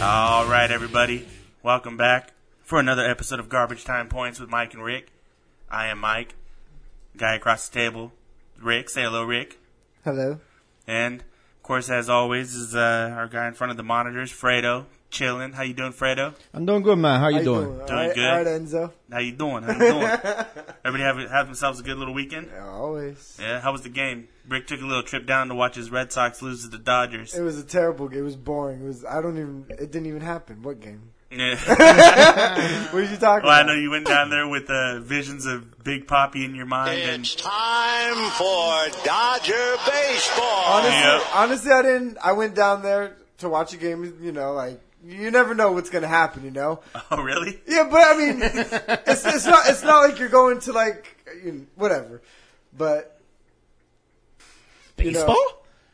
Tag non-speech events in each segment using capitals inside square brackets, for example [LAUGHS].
All right, everybody, welcome back for another episode of Garbage Time Points with Mike and Rick. I am Mike, guy across the table, Rick. Say hello, Rick. Hello. And of course, as always, is uh, our guy in front of the monitors, Fredo, chilling. How you doing, Fredo? I'm doing good, man. How you, doing? Doing All right, good. All right, Enzo. How you doing? How you doing? Everybody have have themselves a good little weekend. Yeah, always. Yeah, how was the game? Rick took a little trip down to watch his Red Sox lose to the Dodgers. It was a terrible game. It was boring. It was. I don't even. It didn't even happen. What game? Yeah. What are you talking well, I about? know you went down there with uh, visions of Big Poppy in your mind, It's and time for Dodger baseball. honestly, Yeah. honestly, I didn't. I went down there to watch a game. You know, like you never know what's gonna happen. You know. [LAUGHS] oh, really? Yeah, but I mean, it's, it's not. It's not like you're going to like you know, whatever. But you know,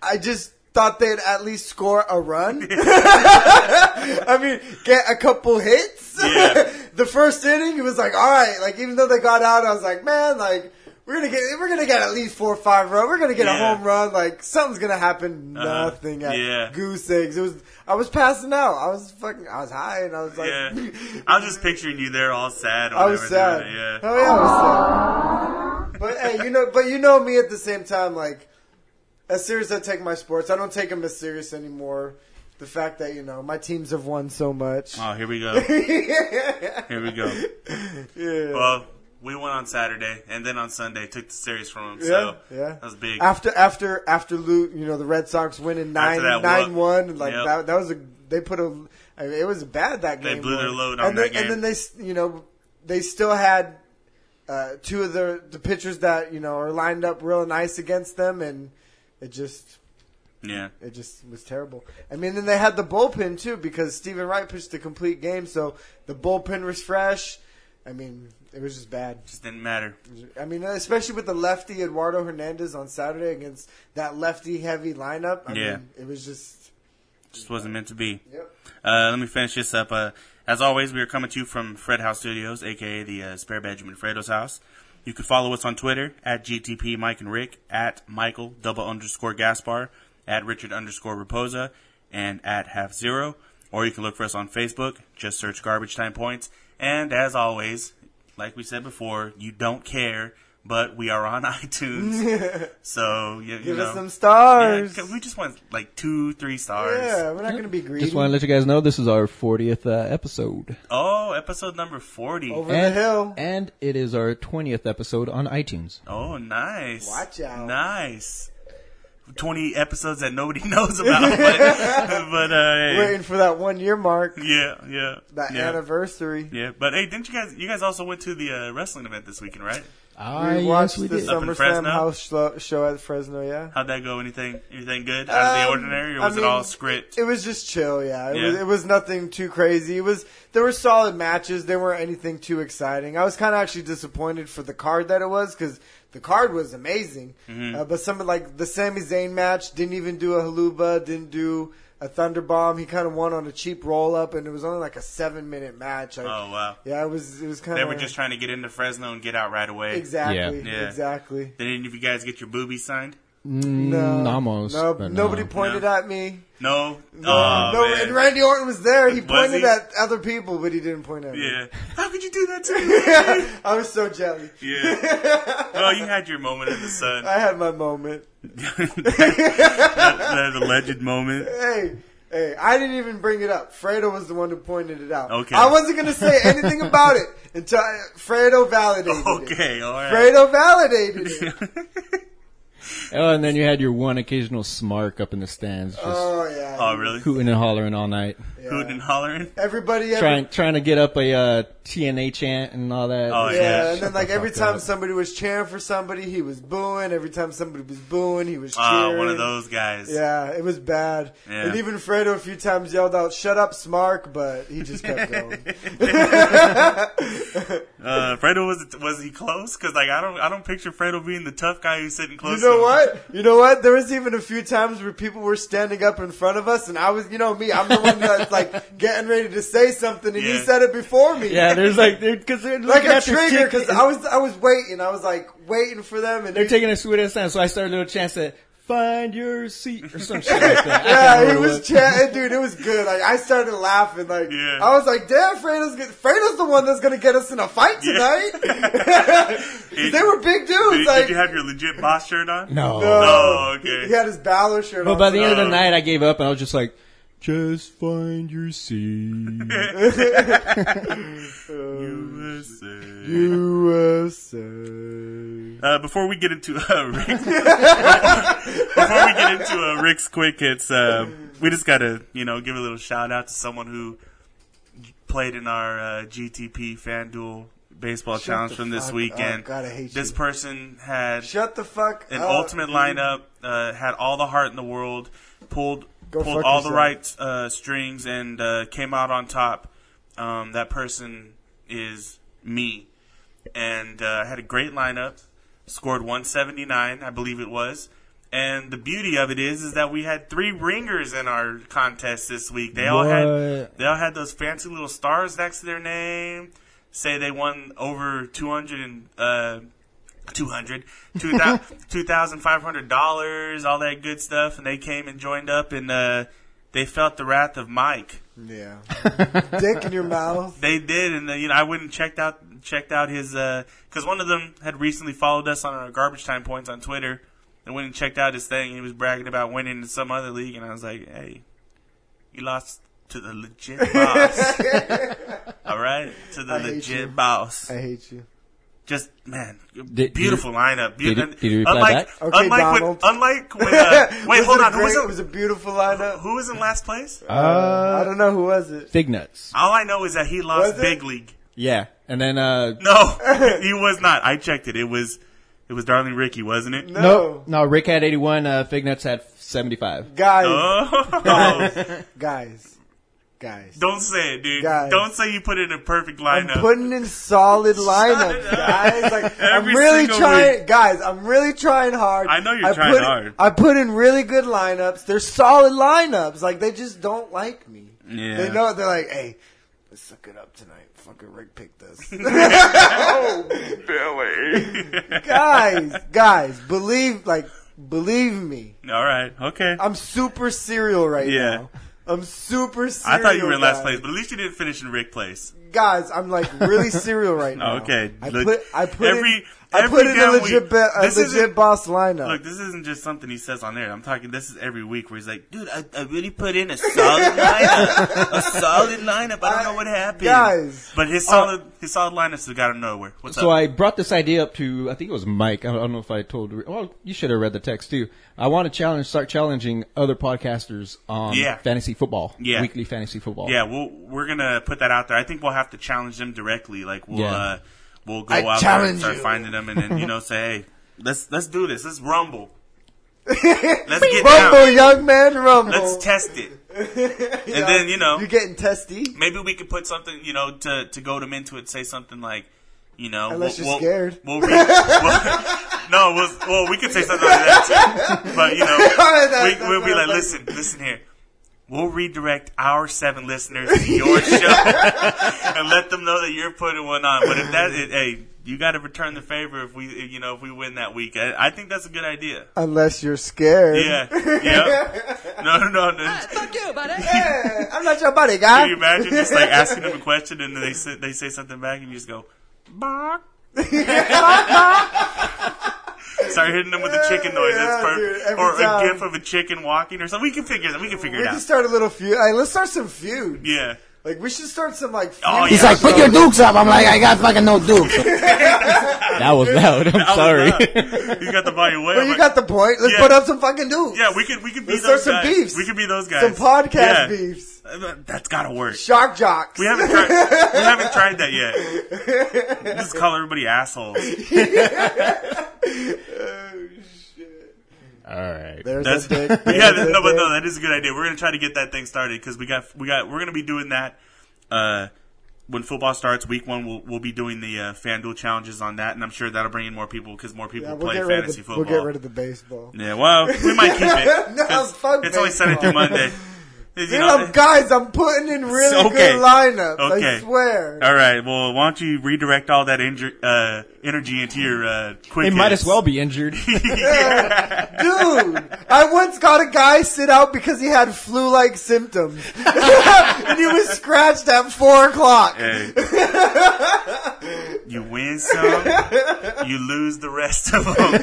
I just thought they'd at least score a run. [LAUGHS] I mean, get a couple hits. Yeah. [LAUGHS] the first inning, it was like, all right, like even though they got out, I was like, man, like we're gonna get, we're gonna get at least four or five run. We're gonna get Yeah. Uh-huh. a home run. Like something's gonna happen. Nothing. at yeah. Goose eggs. It was. I was passing out. I was fucking. I was high, and I was like, [LAUGHS] Yeah. I was just picturing you there, all sad. or I was whatever, sad. Yeah. Oh yeah, I was sad. But hey, you know, but you know me at the same time. Like, as serious as I take my sports, I don't take them as serious anymore. The fact that you know my teams have won so much. [LAUGHS] Oh, here we go. yeah. Here we go. Well, we went on Saturday, and then on Sunday took the series from him. So Yeah, yeah. that was big. After after after loot, you know the Red Sox winning nine After that nine whoop. one. Like Yep. that that was a they put a I mean, it was bad that They game. blew their was. load and on then, that game. And then they s- you know they still had uh, two of the the pitchers that you know are lined up real nice against them, and it just yeah. it just was terrible. I mean, then they had the bullpen too because Stephen Wright pitched the complete game, so the bullpen was fresh. I mean, it was just bad. Just didn't matter. I mean, especially with the lefty Eduardo Hernandez on Saturday against that lefty heavy lineup. I Yeah. mean, it was just. Just wasn't meant to be. Yep. Uh, let me finish this up. Uh, as always, we are coming to you from Fred House Studios, aka the uh, spare bedroom in Fredo's house. You can follow us on Twitter at GTP Mike and Rick, at Michael double underscore Gaspar, at Richard underscore Raposa, and at Half Zero. Or you can look for us on Facebook. Just search Garbage Time Points. And as always, like we said before, you don't care, but we are on [LAUGHS] iTunes. [LAUGHS] so you, you Give know, us some Yeah, stars. 'cause we just want like two, three stars. Yeah, we're not going to be greedy. Just want to let you guys know this is our 40th uh, episode. Oh, episode number 40. Over the hill. And it is our 20th episode on iTunes. Oh, nice. Watch out. Nice. 20 episodes that nobody [LAUGHS] knows about. [LAUGHS] But, but, uh, hey. Waiting for that one year mark, yeah, yeah. that yeah. anniversary. Yeah, but hey, didn't you guys? You guys also went to the uh, wrestling event this weekend, right? Ah, we watched um, yes, we the did. Up in SummerSlam Fresno? house shlo- show at Fresno, yeah. How'd that go? Anything? Anything good out of the Um, ordinary, or I was it mean, all script? It was just chill, yeah. It, Yeah. Was, it was nothing too crazy. It was there were solid matches. There weren't anything too exciting. I was kind of actually disappointed for the card that it was because the card was amazing, Mm-hmm. uh, but something like the Sami Zayn match didn't even do a haluba, didn't do a thunderbomb. He kind of won on a cheap roll up, and it was only like a seven minute match. Like, oh wow, yeah, it was. It was kind they of were just trying to get into Fresno and get out right away. exactly, Yeah. Yeah. exactly. Did any of you guys get your boobies signed? Mm, No, almost. no, but nobody no. pointed No. at me. No. No. no, and Randy Orton was there. He Oh, Was pointed he? at other people, but he didn't point at me. yeah. How could you do that to [LAUGHS] me? I was so jelly. yeah. [LAUGHS] Well, you had your moment in the sun. [LAUGHS] I had my moment. that alleged moment. Hey, hey, I didn't even bring it up. Fredo was the one who pointed it out. Okay. I wasn't going to say anything about it until I, Fredo validated it. Okay, all right. Fredo validated [LAUGHS] it. Oh, and then you had your one occasional smark up in the stands, just Oh, yeah. Oh, really? hooting and hollering all night, Yeah. Hooting and hollering. Everybody, every, trying trying to get up a uh, TNA chant and all that. Oh, Yeah, Yeah, and shut then like the every fuck time up. somebody was cheering for somebody, he was booing. Every time somebody was booing, he was Ah, cheering. one of those guys. Yeah, it was bad. Yeah. And even Fredo a few times yelled out, "Shut up, Smark!" But he [LAUGHS] just kept going. Uh, Fredo was was he close? Because like I don't I don't picture Fredo being the tough guy who's sitting close. You know to what? You know what? There was even a few times where people were standing up in front of us, and I was, you know, me. I'm the one [LAUGHS] that's like getting ready to say something, and he Yeah. said it before me. Yeah, there's like they're because [LAUGHS] they're like looking a at your trigger ticket because and I was, I was waiting. I was like waiting for them, and they're taking a sweet ass time. So I started a little chance that find your seat or some shit like that. I can't Yeah, it remember was what- chat, dude. It was good. Like I started laughing. Like Yeah. I was like, "Damn, Fredo's get- Fredo's the one that's gonna get us in a fight [LAUGHS] tonight." [LAUGHS] they were big dudes. Did, like did you have your legit boss shirt on? No. no, Oh, okay. He had his Balor shirt But on. by the end of the No. night, I gave up and I was just like, just find your seat. USA. USA. Uh, before we get into [LAUGHS] uh, Rick's, before we get into uh, Rick's quick hits, uh, we just gotta you know give a little shout out to someone who played in our uh, GTP FanDuel baseball challenge the from this fuck weekend. up. God, I hate this you. person had Shut the fuck an up. ultimate lineup, uh, had all the heart in the world, pulled Go pulled fuck all the right yourself. uh, strings, and uh, came out on top. Um, that person is me, and uh, I had a great lineup. Scored 179, I believe it was. And the beauty of it is, is that we had three ringers in our contest this week. They all had What? they all had those fancy little stars next to their name. Say they won over 200 and. Uh, 200 $2,500, dollars all that good stuff. And they came and joined up, and uh, they felt the wrath of Mike. [LAUGHS] Yeah. Dick in [LAUGHS] your mouth. [LAUGHS] They did, and uh, you know I went and checked out checked out his because one of them had recently followed us on our garbage time points on Twitter, and went and checked out his thing. He was bragging about winning in some other league, and I was like, "Hey, you lost to the legit [LAUGHS] boss, all right? To the I hate you. legit boss." I hate you. Just man, did beautiful lineup. Beau- did he- did he reply unlike, back? Okay, unlike, when, Donald. unlike when, [LAUGHS] uh, wait, Was hold it a on. Who was, great- in, it was a beautiful lineup. who was in last place? I Uh, don't know who was it. Fig Nuts. All I know is that he lost Was it? big league. Yeah. And then, uh, [LAUGHS] No, he was not. I checked it. It was it was Darling Ricky, wasn't it? No, no, no, Rick had 81, uh, Fig Nuts had 75. guys, Oh, guys, guys. [LAUGHS] don't say it, dude. Guys. Don't say you put in a perfect I'm lineup. putting [LAUGHS] in solid lineups, up. guys. Like I'm Every really single trying, guys. I'm really trying hard. I know you're I trying put, hard. I put in really good lineups. They're solid lineups. Like they just don't like me. Yeah. They know. They're like, hey, let's suck it up tonight. Fucking Rick picked [LAUGHS] us. [LAUGHS] Oh, guys, guys, believe like believe me. All right, okay. i I'm super serial right Yeah. now. I'm super serial. thought you were in last guys. place, but at least you didn't finish in Rick place. guys, I'm like really [LAUGHS] serial right now. Okay, I look, put I put every- in, I every put in a damn legit week. be, a This isn't- legit boss lineup. [LAUGHS] Look, this isn't just something he says on there. I'm talking. This is every week where he's like, "Dude, I, I really put in a [LAUGHS] solid lineup, a solid lineup. I don't know what happened, Guys. Uh, But his solid, his solid lineups have got him nowhere. What's So up? I brought this idea up to, I think it was Mike. I don't- I don't know if I told, well, you should have read the text too. I want to challenge, start challenging other podcasters on Yeah. fantasy football, Yeah. weekly fantasy football. Yeah, we'll, we're gonna put that out there. I think we'll have to challenge them directly. Like we'll Yeah. uh, we'll go I out there and challenge start you. finding them, and then you know say, hey, let's let's do this. Let's [LAUGHS] rumble. Let's get rumble, down. young man, rumble. Let's [LAUGHS] test it, and then you know You're getting testy. maybe [LAUGHS] we could put something you know to to goad them into it. Say something like. You know, Unless we'll, we'll- you're scared. We'll [LAUGHS] re- we'll- no, we'll, well, we could say something like that too. But you know, we, That's we'll be what like, I'm listen, listen here. We'll redirect our seven listeners to [LAUGHS] your show [LAUGHS] and let them know that you're putting one on. But if that, it, hey, you got to return the favor if we, if, you know, if we win that week. I, I think that's a good idea. Unless you're scared. Yeah, [LAUGHS] yeah. No, no, no. no. Fuck you, buddy. Yeah, I'm not your [LAUGHS] buddy, Can guy. you imagine just like asking them a question and then they say, they say something back and you just go, [LAUGHS] "Bark." Start hitting them with a chicken noise. That's Yeah, dude, perfect. every Or time. a gif of a chicken walking or something. We can figure it. We can figure [LAUGHS] We it can out. start a little feud. Hey, let's start some feud. Yeah. Like we should start some like. Feud. Oh, He's yeah. like, put your dukes up. I'm like, I got fucking no dukes. That was loud. [LAUGHS] I'm I was sorry. not. you got the volume way. Well, up. you got the point. Let's Yeah. put up some fucking dudes. yeah, we could we could be Let's those start some guys. beefs. We could be those guys. Some podcast Yeah. beefs. Uh, That's gotta work. Shock jocks. We [LAUGHS] haven't tried. we haven't tried that yet. [LAUGHS] Just call everybody assholes. [LAUGHS] All right. There's That's a [LAUGHS] dick. yeah, There's a no, but no, dick. that is a good idea. We're gonna try to get that thing started because we got we got we're gonna be doing that. Uh, when football starts, week one, we'll we'll be doing the uh, FanDuel challenges on that, and I'm sure that'll bring in more people because more people Yeah, we'll play get rid of fantasy the, football. We'll get rid of the baseball. yeah, well, we might keep it. [LAUGHS] No, 'cause fuck it's only Sunday baseball. through Monday. You Dude, know, I'm, guys, I'm putting in really Okay. good lineups. Okay. I swear. all right. Well, why don't you redirect all that injur- uh, energy into your uh, quick? They might as hits? well be injured. Dude, I once got a guy sit out because he had flu-like symptoms, [LAUGHS] and he was scratched at four o'clock. [LAUGHS] Hey. you win some, you lose the rest of them.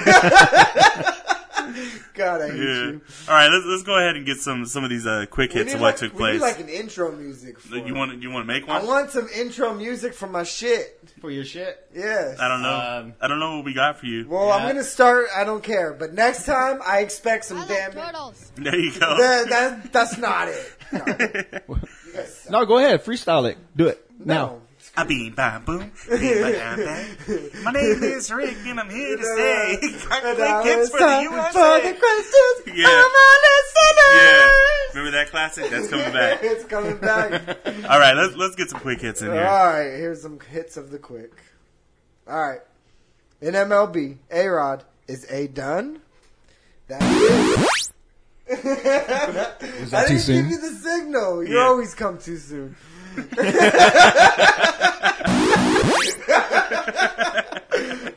God, I hate Yeah. you. All right, let's, let's go ahead and get some some of these uh, quick We hits need of what like- took We need place. like an intro music. For you it. want you want to make one? I want some intro music for my shit. For your shit. Yes. I don't know. Um, I don't know what we got for you. Well, I'm Yeah. gonna start. I don't care, but next time I expect some damn. [LAUGHS] there you go. That, that, that's not it. No. [LAUGHS] You guys suck. No, go ahead. Freestyle it. Do it. Now. No. I beam bam boom. Beam, bam, bam. My name is Rick, and I'm here to [LAUGHS] say [LAUGHS] And quick now it's hits for the time USA. for the questions Yeah. yeah. of our yeah, listeners. remember that classic? That's coming back. [LAUGHS] it's coming back. [LAUGHS] All right, let's let's get some quick hits in All here. right, here's some hits of the quick. All right, in MLB, A Rod is A done. That's it. I Was that too didn't soon? give you the signal. You Yeah. always come too [LAUGHS] soon.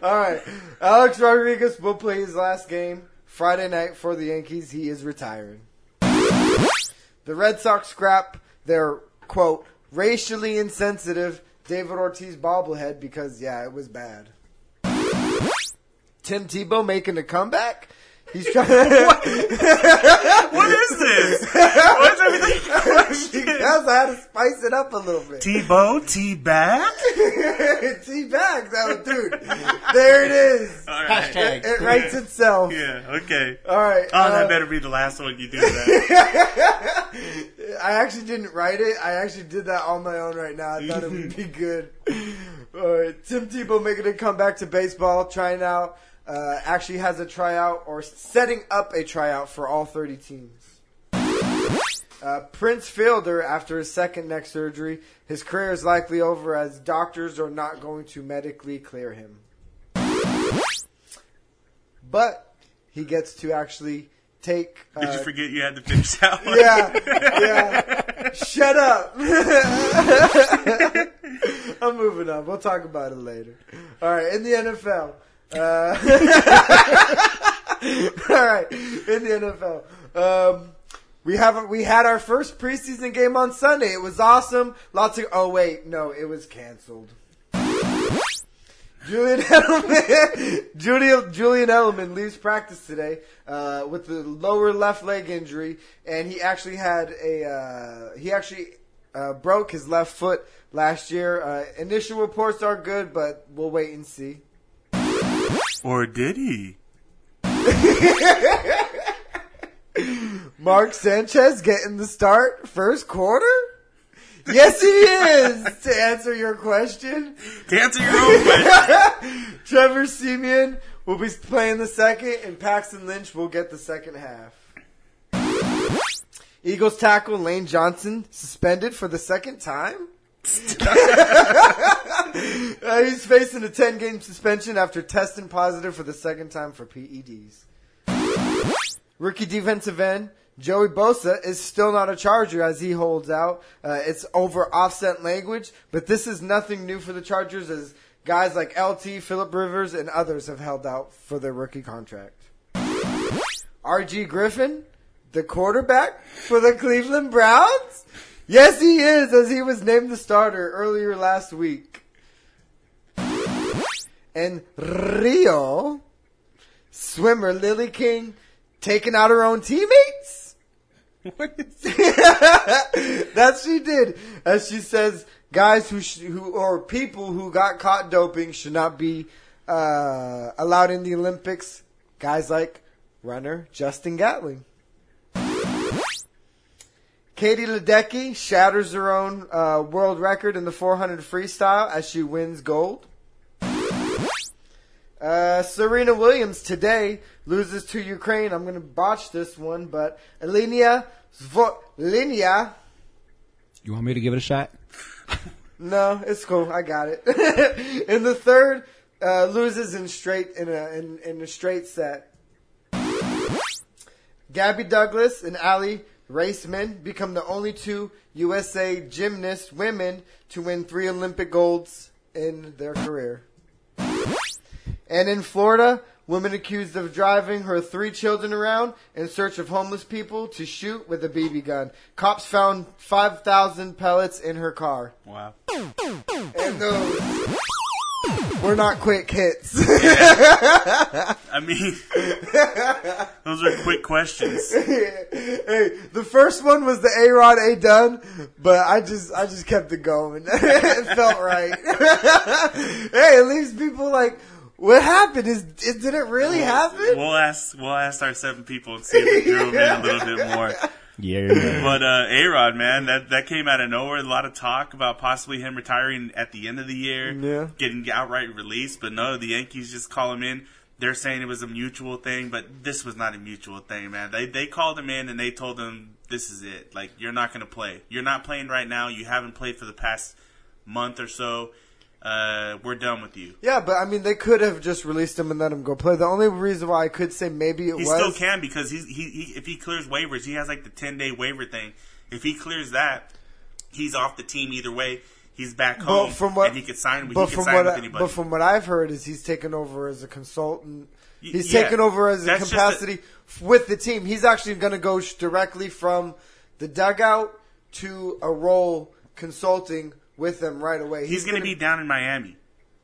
All right, Alex Rodriguez will play his last game Friday night for the Yankees. He is retiring. The Red Sox scrap their quote racially insensitive David Ortiz bobblehead because yeah, it was bad. Tim Tebow making a comeback. He's trying. [LAUGHS] [LAUGHS] What is this? What's [LAUGHS] everything? Because I had to spice it up a little bit. [LAUGHS] Tebow, T back. Tea bags, oh dude, there it is. All right. Hashtag. It writes itself. Yeah. Okay. All right. Oh, uh, that better be the last one you do that. I actually didn't write it. I actually did that on my own right now. I thought it would be good. All right, Tim Tebow making a comeback to baseball, trying out. Uh, actually has a tryout or setting up a tryout for all 30 teams. Uh, Prince Fielder, after his second neck surgery, his career is likely over as doctors are not going to medically clear him. But he gets to actually take. Uh, Did you forget you had to finish that one? yeah, yeah. Shut up. [LAUGHS] I'm moving on. We'll talk about it later. All right, in the NFL. Uh, [LAUGHS] all right, in the NFL. Um, we haven't. We had our first preseason game on Sunday. It was awesome. Lots of. Oh wait, no, it was canceled. Julian [LAUGHS] Edelman, Julian, Julian Edelman leaves practice today uh, with the lower left leg injury, and he actually had a uh, he actually uh, broke his left foot last year. Uh, initial reports are good, but we'll wait and see. Or did he? Mark Sanchez getting the start first quarter. Yes, he is. to answer your question, To answer your own question. [LAUGHS] Trevor Simeon will be playing the second, and Paxton Lynch will get the second half. Eagles tackle Lane Johnson suspended for the second time. [LAUGHS] Uh, he's facing a 10 game suspension after testing positive for the second time for E PEDs. Rookie defensive end Joey Bosa is still not a Charger as he holds out. Uh, it's over offset language, but this is nothing new for the Chargers as guys like LT, Philip Rivers, and others have held out for their rookie contract. RG Griffin, the quarterback for the Cleveland Browns? Yes, he is, as he was named the starter earlier last week. And Rio, swimmer Lily King, taking out her own teammates? [LAUGHS] What is That she did. As she says, guys who, sh- who or people who got caught doping should not be uh, allowed in the Olympics. Guys like runner Justin Gatling. Katie Ledecky shatters her own uh, world record in the 400 freestyle as she wins gold. Uh, Serena Williams today loses to Ukraine. I'm going to botch this one, but Elenia Zvolenia. You want me to give it a shot? No, it's cool. I got it. [LAUGHS] in the third, uh, loses in straight in a in, in a straight set. Gabby Douglas and Ali Racemen become the only two USA gymnast women to win three Olympic golds in their career. And in Florida, woman accused of driving her three children around in search of homeless people to shoot with a BB gun. Cops found 5,000 pellets in her car. Wow. And those were not quick hits. [LAUGHS] I mean, those are quick questions. hey, the first one was the A Rod A Done, but I just I just kept it going. [LAUGHS] it felt right. [LAUGHS] hey, it leaves people like, what happened? Is it, did it really happen? We'll ask. We'll ask our seven people and see if it drilled in a little bit more. Yeah. But uh, A Rod, man, that that came out of nowhere. A lot of talk about possibly him retiring at the end of the year, Yeah. getting outright released. But no, the Yankees just call him in. They're saying it was a mutual thing, but this was not a mutual thing, man. They they called him in and they told him this is it. Like you're not going to play. You're not playing right now. You haven't played for the past month or so. Uh, we're done with you. Yeah, but I mean, they could have just released him and let him go play. The only reason why I could say maybe it He was still can because he's, he, he if he clears waivers, he has like the ten day waiver thing. If he clears that, he's off the team either way. He's back home, But from what and he could sign. He but could from sign what with I- anybody. but from what I've heard is he's taken over as a consultant. Y- He's yeah. taken over as a That's just capacity f with the team. He's actually going to go sh- directly from the dugout to a role consulting with them right away. he's going to be down in Miami.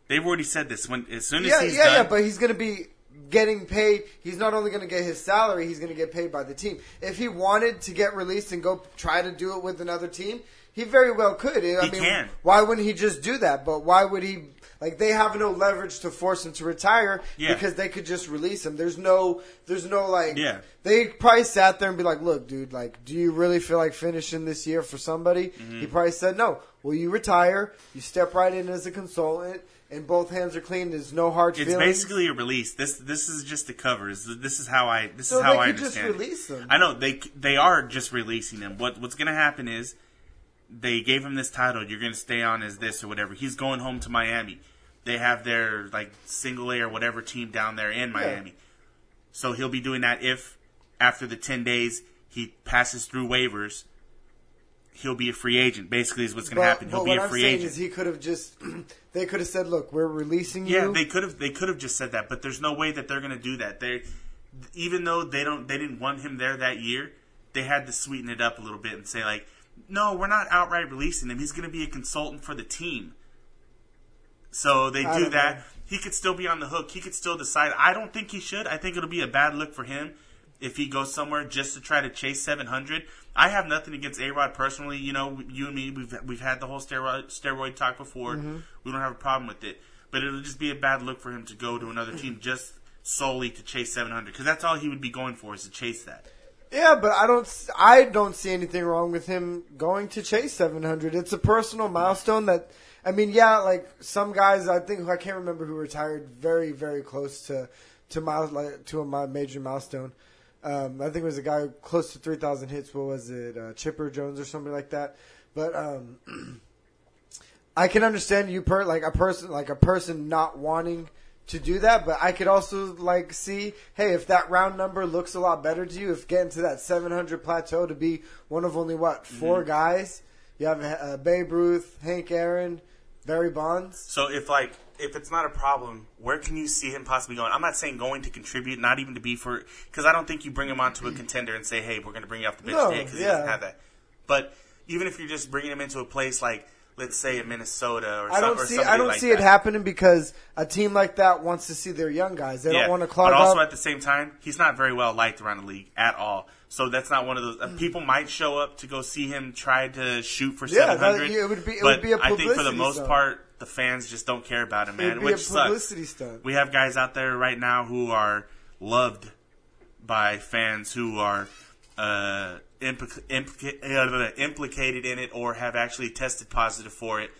They've already said this. When as soon as yeah, he's yeah, done, yeah. But he's going to be getting paid. He's not only going to get his salary; he's going to get paid by the team. If he wanted to get released and go try to do it with another team, he very well could. I He mean, can. why wouldn't he just do that? But why would he? Like they have no leverage to force him to retire Yeah. because they could just release him. There's no, there's no like. Yeah. They probably sat there and be like, "Look, dude, like, do you really feel like finishing this year for somebody?" Mm-hmm. He probably said, "No." Well, you retire, you step right in as a consultant, and both hands are clean. There's no hard it's feelings. basically a release. This this is just the covers. This is how I this So is how they I could just understand. it. release them. I know they they are just releasing him. What what's going to happen is they gave him this title. You're going to stay on as this or whatever. He's going home to Miami. They have their like single A or whatever team down there in Miami. So he'll be doing that if after the ten days he passes through waivers. He'll be a free agent. Basically, is what's going to happen. He'll be what a I'm free saying agent. is he could have just. [CLEARS THROAT] they could have said, "Look, we're releasing Yeah, you." they could have. They could have just said that, but there's no way that they're going to do that. They, even though they don't, they didn't want him there that year. They had to sweeten it up a little bit and say like, no, we're not outright releasing him. He's going to be a consultant for the team. So they I do don't that. know. He could still be on the hook. He could still decide. I don't think he should. I think it'll be a bad look for him if he goes somewhere just to try to chase 700. I have nothing against A Rod personally. You know, you and me, we've we've had the whole steroid steroid talk before. Mm-hmm. We don't have a problem with it, but it'll just be a bad look for him to go to another team just solely to chase 700 because that's all he would be going for is to chase that. Yeah, but I don't. s- I don't see anything wrong with him going to chase 700. It's a personal milestone that. I mean, yeah, like some guys, I think I can't remember who retired very, very close to to mile like, to a mi- major milestone. Um, I think it was a guy close to 3,000 hits. What was it, uh, Chipper Jones or somebody like that? But um, I can understand you per like a person like a person not wanting to do that, but I could also like see, hey, if that round number looks a lot better to you, if getting to that 700 plateau to be one of only what 4 Mm-hmm. guys, you have uh, Babe Ruth, Hank Aaron, Barry Bonds. So if like if it's not a problem, where can you see him possibly going? I'm not saying going to contribute, not even to be for because I don't think you bring him onto a contender and say, "Hey, we're going to bring you off the bench No, today," because he yeah. doesn't have that. But even if you're just bringing him into a place like, let's say, in Minnesota or I some- don't or see somebody I don't like see that. it happening because a team like that wants to see their young guys. They Yeah. don't want to clog But also up. at the same time, he's not very well liked around the league at all. So that's not one of those. uh, Mm. People might show up to go see him try to shoot for Yeah, that- 700. yeah, it would be- it but would be a I think for the publicity most stunt. part, the fans just don't care about him, man. It'd be which a sucks. publicity stunt. We have guys out there right now who are loved by fans who are uh, implica- implica- uh, implicated in it or have actually tested positive for it.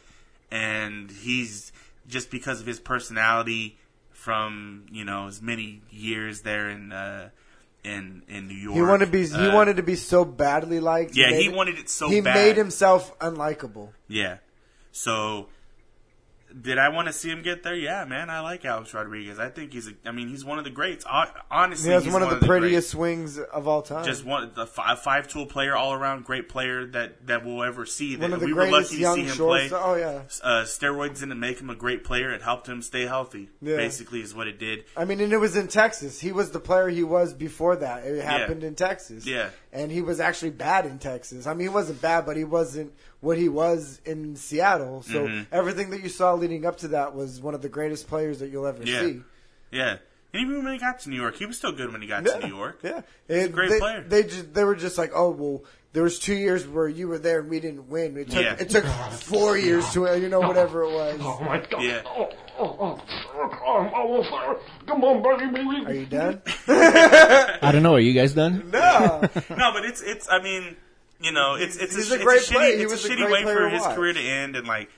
And he's just because of his personality from you know his many years there in uh, in in New York. He wanted to be he uh, wanted to be so badly liked. Yeah, made he wanted it so He bad. made himself unlikable. Yeah. So Did I want to see him get there? Yeah, man. I like Alex Rodriguez. I think he's. A, I mean, he's one of the greats. Hon- Honestly, He has he's one of the greats. prettiest uh, swings of all time. just one a five tool player, all around great player that that we'll ever see. one that of uh, the we were greatest lucky to see young him play. shorts. Oh yeah. Uh, steroids didn't make him a great player; it helped him stay healthy. Yeah. Basically, is what it did. I mean, and it was in Texas. He was the player he was before that. It happened in Texas. Yeah. And he was actually bad in Texas. I mean, he wasn't bad, but he wasn't what he was in Seattle. So Mm-hmm. everything that you saw leading up to that was one of the greatest players that you'll ever Yeah. see. Yeah, and even when he got to New York, he was still good when he got Yeah. to New York. Yeah. a And great they, player. They just, they were just like, oh, well, there was two years where you were there and we didn't win. It took, Yeah. it took four years to, you know, whatever it was. [LAUGHS] my god. Yeah. Oh, oh, oh, oh, oh, oh, oh, Come on, buddy, baby. Are you done? I don't know. Are you guys done? [LAUGHS] No. No, but it's it's. I mean, you know, it's it's He's a, a sh- great it's a player. shitty, He it's was a a shitty great way player for to his watch. career to end, and like,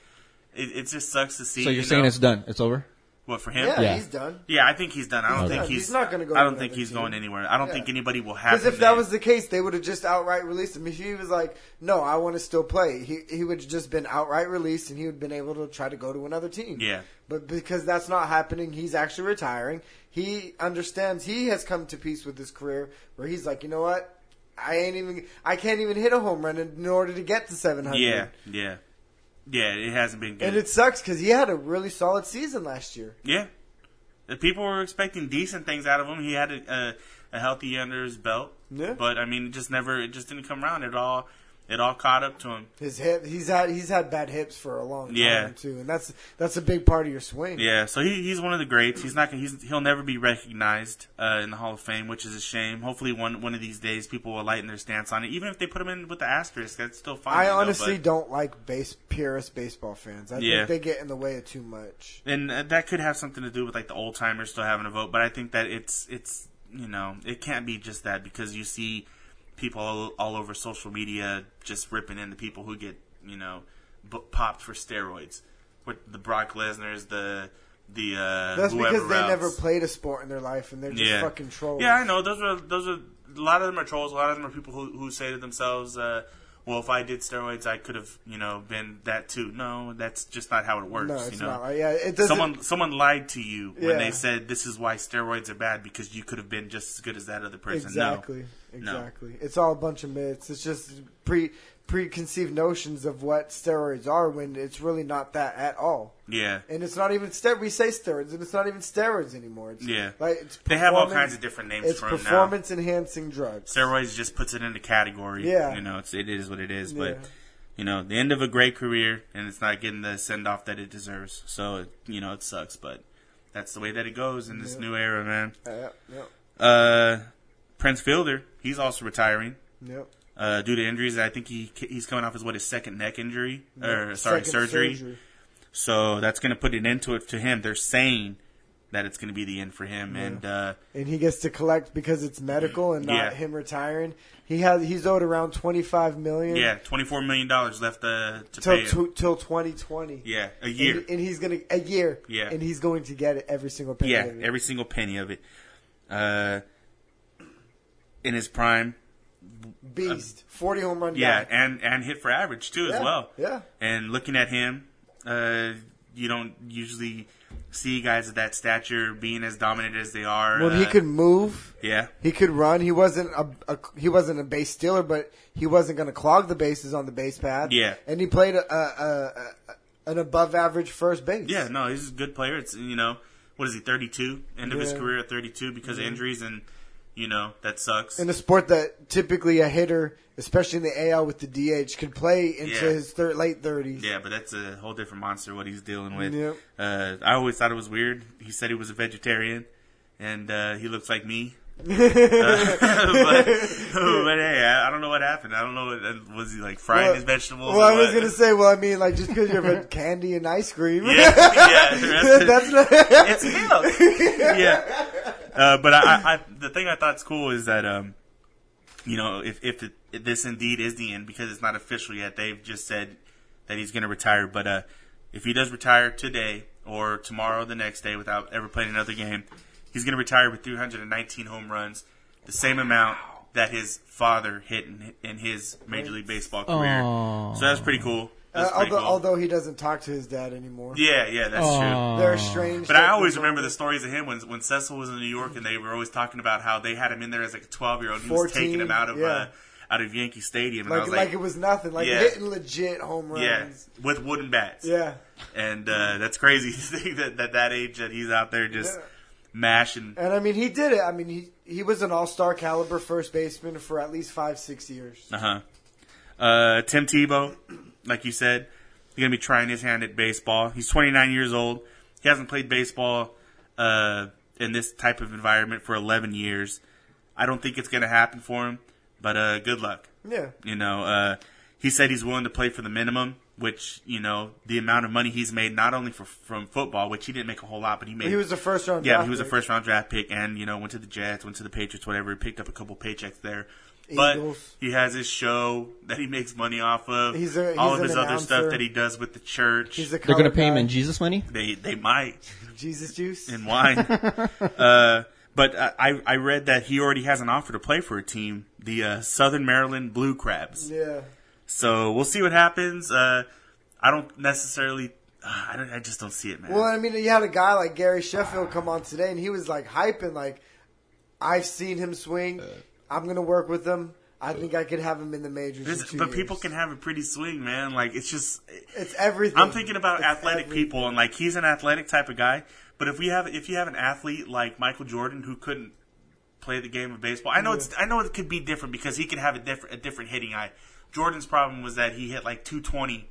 it, it just sucks to see. So you're you saying know? it's done? It's over? what for him? Yeah, Yeah. he's done. Yeah, I think he's done. I don't think he's he's, not gonna go I to don't think another he's team. going anywhere. I don't think anybody will have. Because if him that there. was the case, they would have just outright released him. If he was like, "No, I want to still play," he he would have just been outright released, and he would have been able to try to go to another team. Yeah. But because that's not happening, he's actually retiring. He understands. He has come to peace with his career, where he's like, you know what. I ain't even. I can't even hit a home run in, in order to get to 700. yeah, yeah, yeah, it hasn't been good. and it sucks because he had a really solid season last year. Yeah. The people were expecting decent things out of him. He had a, a, a healthy year under his belt. Yeah. But I mean, it just never, it just didn't come around. It all, it all caught up to him. His hip, he's had he's had bad hips for a long time Yeah. too, and that's that's a big part of your swing. Yeah. So he, he's one of the greats. He's not, gonna- he's, he'll never be recognized uh, in the Hall of Fame, which is a shame. Hopefully, one one of these days, people will lighten their stance on it. Even if they put him in with the asterisk, that's still fine. I you know, honestly but- don't like base purist baseball fans. I Yeah. think they get in the way of too much. and uh, that could have something to do with like the old timers still having a vote but i think that it's it's you know it can't be just that because you see people all, all over social media just ripping into people who get you know b- popped for steroids with the brock lesnar's the the uh That's whoever because they else. never played a sport in their life and they're just fucking trolls. Yeah, I know. Those are those are a lot of them are trolls. A lot of them are people who who say to themselves, uh, "Well, if I did steroids, I could have you know been that too." No, that's just not how it works. No, it's you know? not. Like, yeah, it doesn't. someone someone lied to you when Yeah. they said this is why steroids are bad because you could have been just as good as that other person. exactly, No. exactly. It's all a bunch of myths. It's just pre preconceived notions of what steroids are when it's really not that at all. No. Yeah. And it's not even steroids. We say steroids, and it's not even steroids anymore. It's, Yeah. like it's They have all performance- kinds of different names It's for 'em now. performance enhancing drugs. steroids just puts it in a category. Yeah. You know, it's, it is what it is. But, Yeah. you know, the end of a great career and it's not getting the send off that it deserves. So, it, you know, it sucks, but that's the way that it goes in this new era, man. Yep, yep, Uh, Prince Fielder, he's also retiring. yep. Uh, due to injuries, I think he he's coming off his what his second neck injury or Er, sorry Second surgery. So that's going to put an end to it to him. They're saying that it's going to be the end for him, and uh, and he gets to collect because it's medical and not Yeah. him retiring. He has he's owed around twenty five million yeah, twenty four million dollars left uh, to pay. till him. tw- till twenty twenty. yeah, a And, year. he- and he's gonna a year. Yeah. and he's going to get it every single penny. yeah, of it. every um, single penny of it. Uh, in his prime, beast forty home run. yeah, guy. and and hit for average too as Yeah, well. yeah. and looking at him, uh, you don't usually see guys of that stature being as dominant as they are. when he uh, could move. yeah, He could run. He wasn't a, a he wasn't a base stealer, but he wasn't going to clog the bases on the base path. Yeah. and he played a, a, a, a an above average first base. Yeah, no, he's a good player. It's you know, what is he? Thirty two. End of his Yeah. career at thirty two because of injuries and you know that sucks. in a sport that typically a hitter, especially in the AL with the DH, could play into Yeah. his thir- late thirties. yeah, but that's a whole different monster what he's dealing with. Yep. Uh, I always thought it was weird. He said he was a vegetarian, and uh, he looks like [LAUGHS] me. [LAUGHS] Uh, but, but hey, I, I don't know what happened. I don't know. What, was he like frying Well- his vegetables? Well, I or was what? gonna say, well, I mean, like just because you're a [LAUGHS] candy and ice cream, [LAUGHS] Yeah, [LAUGHS] yeah, the rest of- that's not. [LAUGHS] [LAUGHS] it's milk. yeah. Uh, but I, I, I, the thing I thought's cool is that, um, you know, if if, it, if this indeed is the end, because it's not official yet, they've just said that he's going to retire. But uh, if he does retire today or tomorrow, or the next day, without ever playing another game, he's going to retire with 319 home runs, the same amount that his father hit in, in his Major League Baseball career. So that's pretty cool. That's Uh, pretty although, cool. although he doesn't talk to his dad anymore. yeah, yeah, that's true. Aw. They're estranged. But I at always this remember the moment. stories of him when when Cecil was in New York and they were always talking about how they had him in there as like a twelve year old. He was 14, taking him out of yeah. uh, out of Yankee Stadium, and I Like, was like, like, it was nothing. Like Yeah. hitting legit home yeah, runs. with wooden bats. Yeah. and uh, that's crazy [LAUGHS] to think that that that age that he's out there just Yeah. mashing. And I mean, he did it. I mean, he he was an all star caliber first baseman for at least five, six years. Uh-huh. Uh Tim Tebow, like you said, he's gonna be trying his hand at baseball. He's 29 years old. He hasn't played baseball uh, in this type of environment for 11 years. I don't think it's gonna happen for him, but uh, good luck. Yeah. You know, uh, he said he's willing to play for the minimum, which you know the amount of money he's made not only for, from football, which he didn't make a whole lot, but he made He was the first round. yeah, draft he was a pick. first round draft pick, and you know went to the Jets, went to the Patriots, whatever. He picked up a couple paychecks there, Eagles. but he has his show that he makes money off of. He's a- all he's of his an other stuff announcer. that he does with the church. He's a They're color gonna pay him guy. in Jesus money. they they might Jesus juice. in [LAUGHS] wine, uh, but I I- I read that he already has an offer to play for a team, the uh, Southern Maryland Blue Crabs. yeah. So we'll see what happens. Uh, I don't necessarily. uh, I don't. I just don't see it, man. Well, I mean, you had a guy like Gary Sheffield come on today, and he was like hyping, like, I've seen him swing. Uh, I'm going to work with him. I think I could have him in the majors. in This- two but people years." can have a pretty swing, man. Like it's just. It's everything. I'm thinking about It's athletic everything. people, and like he's an athletic type of guy. But if we have if you have an athlete like Michael Jordan who couldn't play the game of baseball, I know it's I know it could be different because he could have a different a different hitting eye. Jordan's problem was that he hit like 220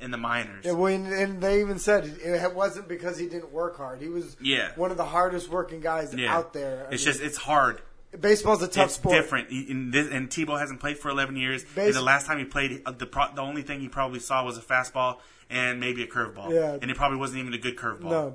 in the minors. Yeah, well, and, and they even said it- it wasn't because he didn't work hard. He was Yeah. one of the hardest working guys Yeah. out there. I it's mean, just it's hard. baseball's a tough it's sport. different. He- And, this, and Tebow hasn't played for 11 years. and Base- the last time he played, uh, the pro- the only thing he probably saw was a fastball and maybe a curveball. Yeah. And it probably wasn't even a good curveball. No,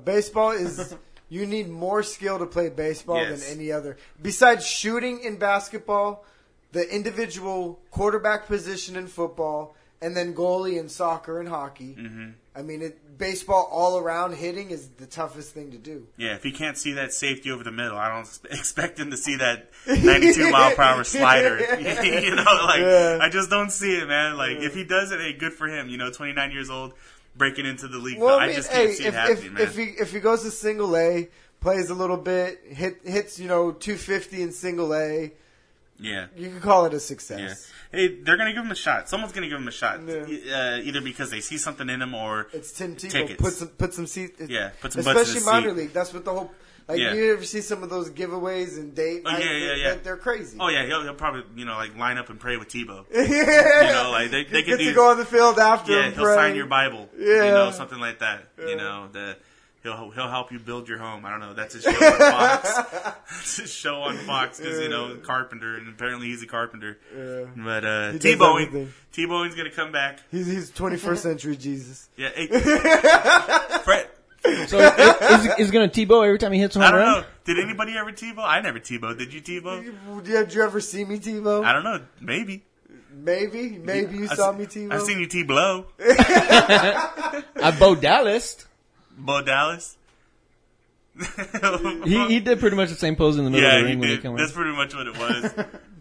[LAUGHS] baseball is you need more skill to play baseball Yes. than any other. Besides shooting in basketball, the individual quarterback position in football, and then goalie in soccer and hockey. Mm-hmm. I mean, it, baseball all around hitting is the toughest thing to do. Yeah, if he can't see that safety over the middle, I don't [LAUGHS] ex- expect him to see that 92 mile per hour [LAUGHS] slider. [LAUGHS] you know, like Yeah. I just don't see it, man. Like if he does it, hey, good for him. You know, 29 years old, breaking into the league. Well, but I I, mean, just hey, can't see it if, happening, if, man. if he if he goes to single A, plays a little bit, hit hits you know two fifty in single A, yeah. you can call it a Yeah. success. Hey, they're gonna give him a shot. Someone's gonna give him a shot, Yeah. E- uh, either because they see something in him or It's Tim Tebow. Tickets. Put some put some seat. it- Yeah, put some butts in especially the minor seat. league. That's what the whole. Like Yeah. you ever see some of those giveaways and date? Oh, night, yeah, yeah, they're- yeah. They're crazy. [LAUGHS] oh yeah, he'll, he'll probably you know like line up and pray with Tebow. yeah. You know, like they, they you could get do to go on the field after. Yeah, and he'll pray. sign your Bible. You Yeah. know, something like that. You know, the he'll he'll help you build your home. I don't know. That's his show on [LAUGHS] Fox. That's his show on Fox because you know carpenter, and apparently he's a carpenter. But uh, He does T Boeing, everything. T Boeing's gonna come back. He's he's [LAUGHS] twenty first century Jesus. Yeah, [LAUGHS] hey, Fred. So is, is, is going to Tebow every time he hits a home I don't run? know. Did anybody ever Tebow? I never Tebow. Did you Tebow? You- Did you ever see me, Tebow? I don't know. Maybe. Maybe, maybe you I saw se- me, Tebow. I've [LAUGHS] seen you T-Blow. I Bo Dallas. Bo Dallas. [LAUGHS] He, he did pretty much the same pose in the middle of Yeah, the he ring when he did. came in. That's pretty much what it [LAUGHS] was.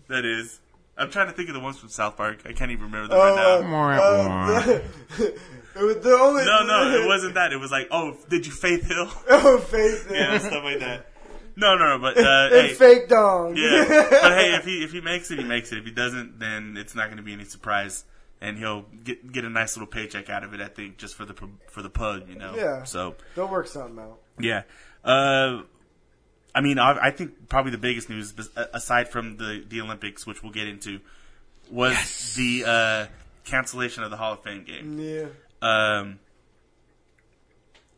that is. I'm trying to think of the ones from South Park. I can't even remember them Oh, right now. uh, [LAUGHS] the, it was the only No, no, it wasn't that. It was like, oh, did you Faith [LAUGHS] Hill? [LAUGHS] oh, faith it. yeah, stuff like that. No, no, no, but [LAUGHS] uh, and hey, fake dong. yeah. But [LAUGHS] hey, if he if he makes it, he makes it. If he doesn't, then it's not going to be any surprise, and he'll get get a nice little paycheck out of it. I think just for the pu- for the pug, you know. Yeah. So They'll work something out. Yeah. Uh, I mean, I, I think probably the biggest news, bes- a- aside from the, the Olympics, which we'll get into, was the uh, cancellation of the Hall of Fame game. Yeah. Um,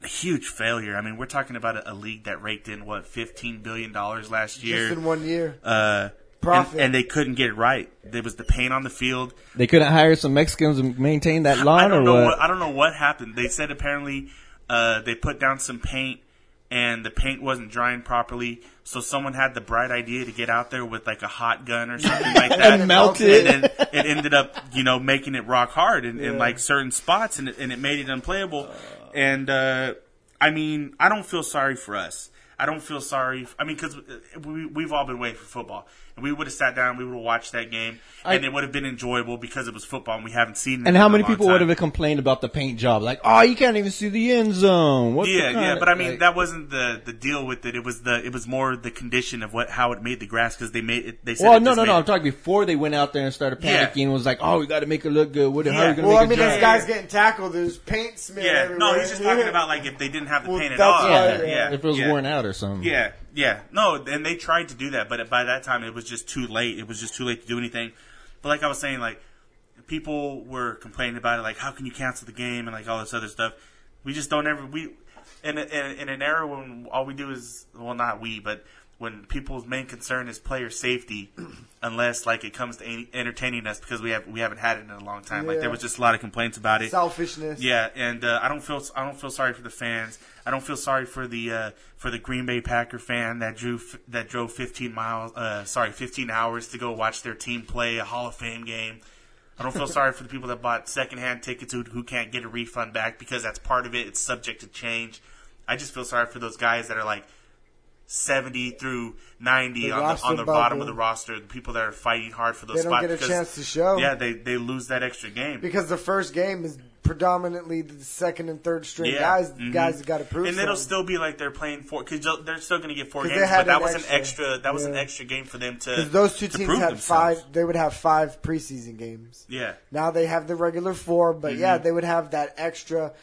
a huge failure. I mean, we're talking about a, a league that raked in, what, $15 billion last year? Just in one year. uh, Profit. And, and they couldn't get it right. There was the pain on the field. They couldn't hire some Mexicans to maintain that lawn I don't or know what? I don't know what happened. They said apparently uh, they put down some paint and the paint wasn't drying properly. So someone had the bright idea to get out there with like a hot gun or something like that, [LAUGHS] And melt it. and then it ended up you know making it rock hard in, in like certain spots, and it, and it made it unplayable. And uh, I mean, I don't feel sorry for us. I don't feel sorry. f- I mean, because we, we've all been waiting for football, and we would have sat down, we would have watched that game, and it would have been enjoyable because it was football, and we haven't seen. it And how in a many long people would time. have complained about the paint job? Like, oh, you can't even see the end zone. What's the Yeah, yeah, kind- but I mean like- that wasn't the the deal with it. It was the it was more the condition of what how it made the grass because they made it. They said Well, it just no, no, made no. it- I'm talking before they went out there and started Yeah. panicking. and Was like, oh, we got to make it look good. What, How are Yeah. we going to Well, I mean, make it? this jump? guy's getting tackled. There's paint smeared Yeah, everywhere. no, he's just talking Yeah. about like if they didn't have the Well, paint at that's all. why, Yeah, yeah. yeah, if it was yeah. worn out or something. Yeah, yeah. No, and they tried to do that, but by that time it was just too late. It was just too late to do anything. But like I was saying, like people were complaining about it, like how can you cancel the game and like all this other stuff. We just don't ever we in, a- in, in an era when all we do is well, not we, but when people's main concern is player safety, [CLEARS THROAT] unless like it comes to en- entertaining us because we have we haven't had it in a long time. Like Yeah. there was just a lot of complaints about it. [LAUGHS] selfishness. Yeah, and uh, I don't feel I don't feel sorry for the fans. I don't feel sorry for the uh, for the Green Bay Packer fan that drew f- that drove 15 miles, uh, sorry, 15 hours to go watch their team play a Hall of Fame game. I don't feel sorry for the people that bought secondhand tickets who, who can't get a refund back because that's part of it. It's subject to change. I just feel sorry for those guys that are like 70 through 90 The on the, roster on the bottom bubble. of the roster. The people that are fighting hard for those They don't spots get a because chance to show. Yeah, they they lose that extra game. because the first game is predominantly the second and third string guys. Mhm. Guys that got to prove. And it'll something. still be like they're playing four because they're still going to get four 'Cause they games. But had that an was an extra. extra. That was an Yeah. extra game for them to. 'Cause those two uh, to teams prove had themselves. five. They would have five preseason games. Yeah, Mm-hmm. Now they have the regular four, but yeah, they would have that extra,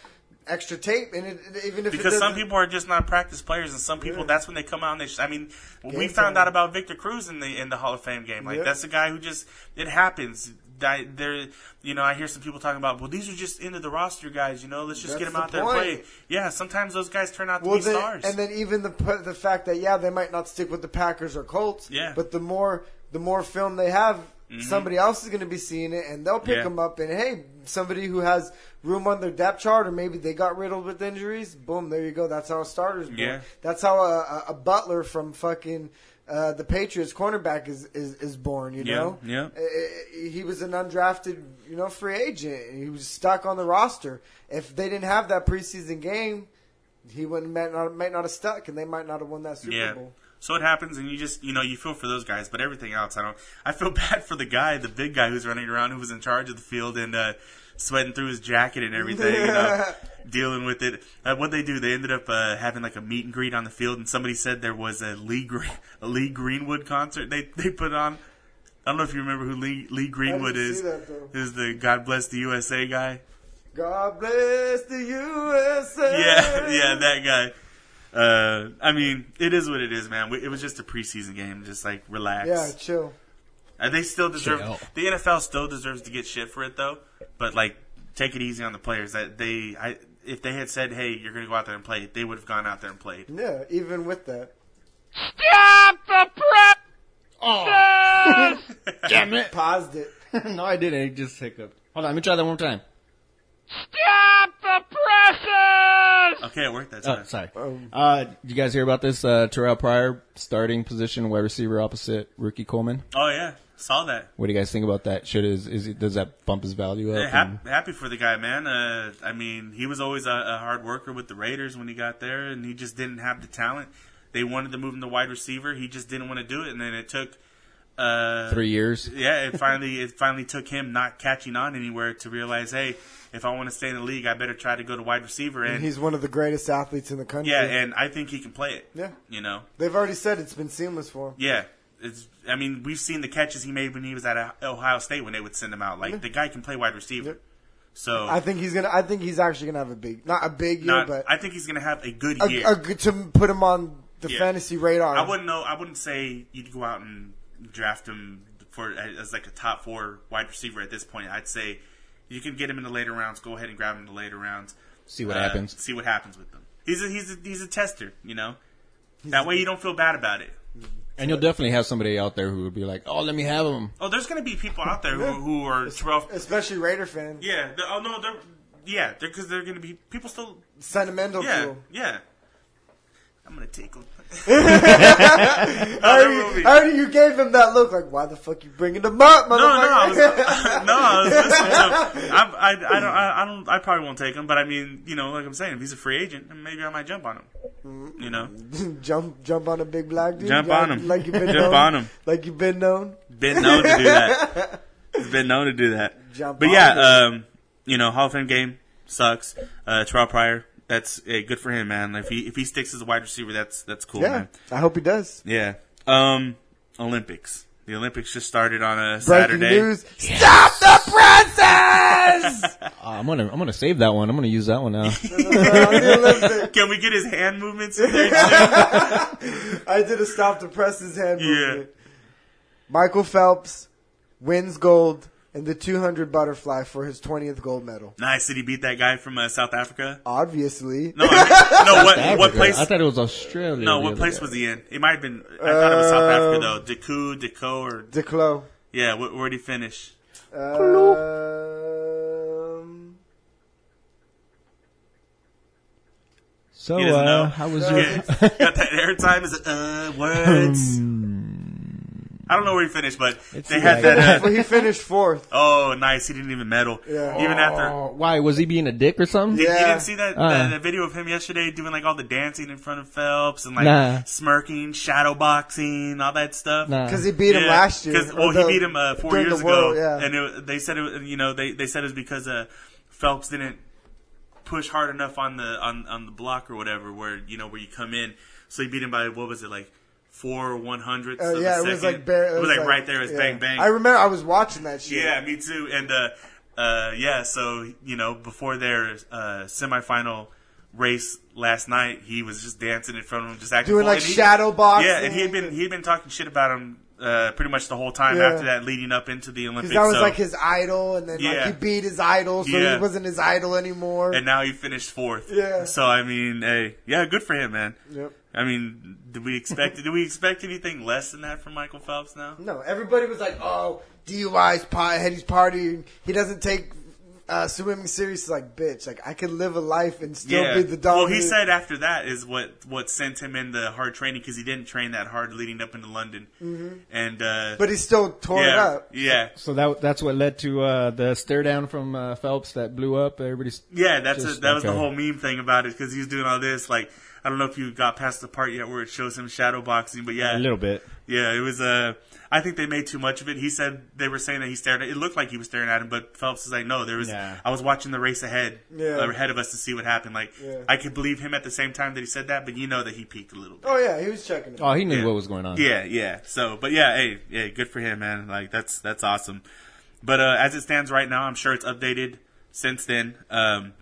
extra tape. And it, it- even if it because some doesn't- people are just not practice players, and some people that's when they come out. and they sh- I mean, we Game found time. out about Victor Cruz in the in the Hall of Fame game. Like Yep. that's a guy who just it happens. That there, you know, I hear some people talking about. Well, these are just into the roster guys. You know, let's just get That's them out the there and play. point. Yeah, sometimes those guys turn out to Well, be then, stars. and then even the p- the fact that yeah, they might not stick with the Packers or Colts. Yeah. Mm-hmm. But the more the more film they have, somebody else is going to be seeing it, and they'll pick Yeah. them up. And hey, somebody who has room on their depth chart, or maybe they got riddled with injuries. Boom, there you go. That's how a starter's born. Yeah. That's how a, a, a Butler from fucking. Uh, the Patriots cornerback is, is, is born, you Yeah, know? yeah. Uh, He was an undrafted, you know, free agent. He was stuck on the roster. If they didn't have that preseason game, he wouldn't might not, might not have stuck, and they might not have won that Super Bowl. So it happens, and you just you know you feel for those guys, but everything else, I don't. I feel [LAUGHS] bad for the guy, the big guy who's running around, who was in charge of the field and uh, sweating through his jacket and everything, you [LAUGHS] know, dealing with it. Uh, what they do, they ended up uh, having like a meet and greet on the field, and somebody said there was a Lee Green, a Lee Greenwood concert they they put on. I don't know if you remember who Lee, Lee Greenwood see is. that, though. is the God bless the USA guy? God bless the USA. [LAUGHS] yeah, yeah, that guy. Uh, I mean, it is what it is, man. We, it was just a preseason game. Just like relax. yeah. Chill. And they still deserve Chill. the NFL still deserves to get shit for it though. But like, take it easy on the players that they. I if they had said, "Hey, you're going to go out there and play," they would have gone out there and played. Yeah, even with that. Stop the prep! Damn it! [LAUGHS] Paused it. no, I didn't. It just hiccuped. Hold on, let me try that one more time. Stop the presses! Okay, it worked that Oh, time. sorry. Uh, did you guys hear about this? Uh, Terrell Pryor starting position wide receiver opposite Ricky Coleman. oh yeah, saw that. What do you guys think about that? Should is, is it, does that bump his value up? Yeah, And- hap- happy for the guy, man. Uh, I mean, he was always a, a hard worker with the Raiders when he got there, and he just didn't have the talent. They wanted to move him to wide receiver. He just didn't want to do it, and then it took uh, three years. yeah, it finally it finally took him not catching on anywhere to realize, hey, if I want to stay in the league, I better try to go to wide receiver. And He's one of the greatest athletes in the country. yeah, and I think he can play it. Yeah. you know, they've already said it's been seamless for him. yeah. It's I mean we've seen the catches he made when he was at Ohio State when they would send him out. Like the guy can play wide receiver. So I think he's gonna. I think he's actually gonna have a big, not a big year, not, but I think he's gonna have a good a, year. a good to put him on the Yeah. fantasy radar. I wouldn't know. I wouldn't say you'd go out and draft him for as like a top four wide receiver at this point. I'd say you can get him in the later rounds. Go ahead and grab him in the later rounds. See Uh, what happens. See what happens with them. He's a, he's a, he's a tester. You know, that way you don't feel bad about it. And you'll definitely have somebody out there who would be like, "Oh, let me have him." Oh, there's gonna be people out there who, who are twelve. especially Raider fans. Yeah. they're- Oh no. They're yeah. They're because they're gonna be people still. Sentimental to Yeah. him. Yeah. I'm gonna take [LAUGHS] him. I there will already, be. I already- you gave him that look like, why the fuck you bringing him up, No, no, I motherfucker? was, [LAUGHS] no, I was listening to him. I, I, I don't, I, I don't, I probably won't take him. But I mean, you know, like I'm saying, if he's a free agent, then maybe I might jump on him. You know, [LAUGHS] jump, jump on a big black dude. Jump like, on him. Like you've been Jump known, on him. Like you've been known. been known to do that. He's been known to do that. Jump but on yeah, him. um, you know, Hall of Fame game sucks. Uh, Terrell Pryor, that's eh, good for him, man. If he if he sticks as a wide receiver, that's that's cool, Yeah, man. I hope he does. Yeah. Um, Olympics. The Olympics just started on a Breaking Saturday. [LAUGHS] news: [LAUGHS] Stop the princess Ah, I'm gonna I'm gonna save that one. I'm gonna use that [LAUGHS] one now. on the Olympics. Can we get his hand movements in there? [LAUGHS] too? I did a stop to press his hand. Yeah. movement. Michael Phelps wins gold in the 200 butterfly for his 20th gold medal. nice. Did he beat that guy from uh, South Africa? Obviously, No, I mean, no. What what Africa. place? I thought it was Australia. No, the what other place guy. was he in? It might have been. I thought it was South Africa Um, Uh, though. Deku, Deco, or Declo. yeah. Where, where'd he finish? Um, So He doesn't know. uh, how was Yeah, your? got that airtime? Is it, uh words? I don't know where he finished, but they had Hmm. like- that. Uh, [LAUGHS] well, he finished fourth. oh, nice. He didn't even medal. Yeah. Even after. Oh, why was he being a dick or something? Did, You Yeah. didn't see that, Uh. that that video of him yesterday doing like all the dancing in front of Phelps and like Nah. smirking, shadow boxing, all that stuff. Nah. Because he beat him last year. 'cause- or Well, the- he beat him uh, four during years the World, ago, yeah. and it, wa- they said it. was- You know, they they said it was because uh, Phelps didn't push hard enough on the on on the block or whatever, where you know where you come in. So he beat him by what was it like four one hundredths? Uh, of yeah, a it was second. like bare, it was like, right there. It was yeah. bang bang. I remember I was watching that shit. yeah, me too. And uh, uh, yeah, so you know, before their uh, semifinal race last night, he was just dancing in front of him, just acting Doing fool. like And he- shadow boxing. yeah, and he had been he had been talking shit about him uh, pretty much the whole time Yeah. after that, leading up into the Olympics. Because that was so, like his idol, and then Yeah. like he beat his idol, so Yeah. he wasn't his idol anymore. and now he finished fourth. Yeah. So I mean, hey, yeah, good for him, man. Yep. I mean, did we expect did we expect anything less than that from Michael Phelps? Now, No, everybody was like, "Oh, DUI's pothead. He's partying. He doesn't take uh, swimming serious." Like, bitch, like I could live a life and still be the dog. Well, he said after that is what what sent him into hard training because he didn't train that hard leading up into London, mm-hmm. and uh, but he still tore it yeah, up. yeah, So that that's what led to uh, the stare down from uh, Phelps that blew up. Everybody's yeah. That's Just- a, that was the okay. whole meme thing about it because he was doing all this like. I don't know if you got past the part yet where it shows him shadow boxing, but yeah, a little bit. Yeah, it was. Uh, I think they made too much of it. He said they were saying that he stared. at It looked like he was staring at him, but Phelps is like, no, there was. Yeah. I was watching the race ahead, Yeah. uh, ahead of us to see what happened. Like, Yeah. I could believe him at the same time that he said that, but you know that he peaked a little bit. Oh yeah, he was checking it. Oh, he knew Yeah. what was going on. Yeah, yeah. So, but yeah, hey, yeah, good for him, man. Like that's that's awesome. But uh, as it stands right now, I'm sure it's updated since then. Um,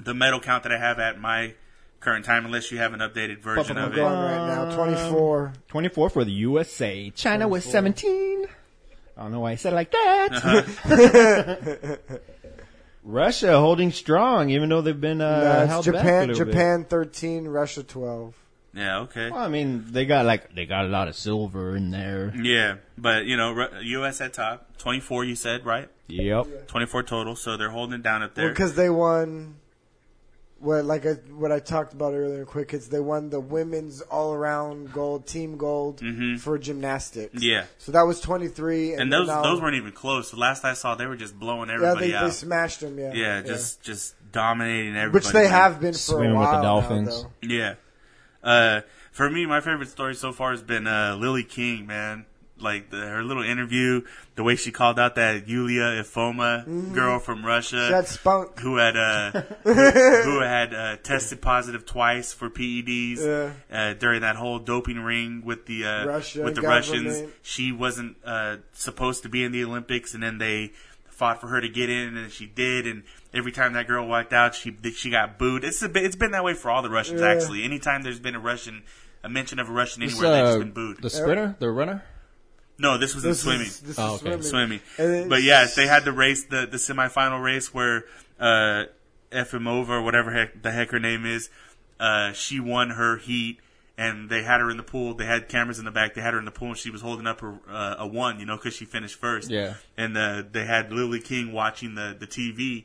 the medal count that I have at my current time, unless you have an updated version of Going it. right now, twenty four. 24 for the USA. China was 17. I don't know why I said it like that. Uh-huh. [LAUGHS] Russia holding strong, even though they've been uh, held back a Japan, little bit. Japan thirteen, Russia twelve. Yeah, okay. Well, I mean, they got like they got a lot of silver in there. Yeah, but you know, Ru- U.S. at top, twenty four. You said right, Yep. twenty four total. So they're holding it down up there. Because they won. What like I, what I talked about earlier in Quick Hits, they won the women's all around gold, team gold for gymnastics. Mm-hmm. yeah, So that was twenty three, and, and those now- those weren't even close. The last I saw, they were just blowing yeah, everybody they, they out. smashed them. Yeah, yeah, just just dominating everybody. which they man. have been for Swimming a with the while dolphins. Now, Yeah. Uh, for me, my favorite story so far has been uh, Lily King, man. Like the, her little interview, the way she called out that Yulia Ifoma Mm-hmm. girl from Russia. though. [LAUGHS] That spunk. who had uh, [LAUGHS] who, who had uh, tested positive twice for PEDs Yeah. uh, during that whole doping ring with the uh, Russia with the government. Russians. She wasn't uh, supposed to be in the Olympics, and then they fought for her to get in, and she did. And every time that girl walked out, she that she got booed. It's a bit, it's been that way for all the Russians Yeah. actually. Anytime there's been a Russian. A mention of a Russian It's, anywhere, they've just uh, been booed. the sprinter, the runner. no, this was in swimming Is, this Oh, is okay. swimming. swimming. And then- But yeah, they had the race, the the semifinal race where uh, Efimova or whatever heck, the heck her name is, uh, she won her heat, and they had her in the pool. They had cameras in the back. They had her in the pool, and she was holding up her, uh, a one, you know, because she finished first. Yeah. And uh, they had Lily King watching the the TV,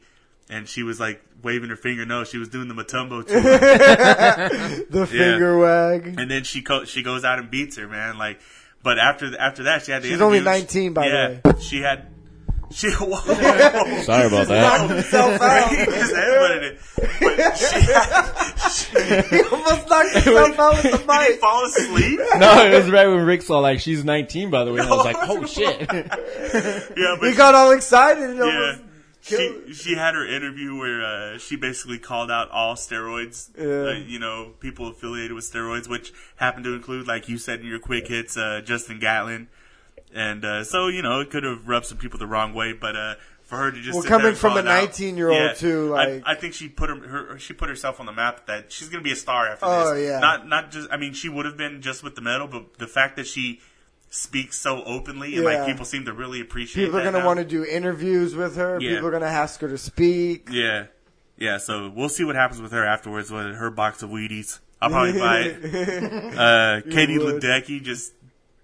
and she was like waving her finger. No, she was doing the Matumbo. to her. The finger wag. [LAUGHS] and then she co- she goes out and beats her, man. Like, but after after that, she had the. She's only interviews. 19, by the yeah, way. She had. She. [LAUGHS] Whoa. Sorry about [LAUGHS] that. Knocked himself [LAUGHS] Right? out. [LAUGHS] He just headbutted it. But she had, he almost [LAUGHS] knocked himself out with the [LAUGHS] Did he mic. fall asleep? [LAUGHS] No, it was right when Rick saw like she's 19, by the way. And I [LAUGHS] was like, oh shit. Yeah, but He got all excited [LAUGHS] and yeah. almost killed. She, she had her interview where uh, she basically called out all steroids, Yeah. uh, you know, people affiliated with steroids, which happened to include, like you said in your quick hits, uh, Justin Gatlin. And uh, so, you know, it could have rubbed some people the wrong way, but uh, for her to just Well, sit there coming and from call a it out- 19-year-old yeah, too, I- like- I, think she put her, her she put herself on the map that she's gonna be a star after Oh, this. yeah. Not not just I mean she would have been just with the medal, but the fact that she speaks so openly and Yeah. like people seem to really appreciate People are that going to now. want to do interviews with her. Yeah. People are going to ask her to speak. Yeah. Yeah, so we'll see what happens with her afterwards with her box of Wheaties. I'll probably buy it. [LAUGHS] Uh, Katie would. Ledecky just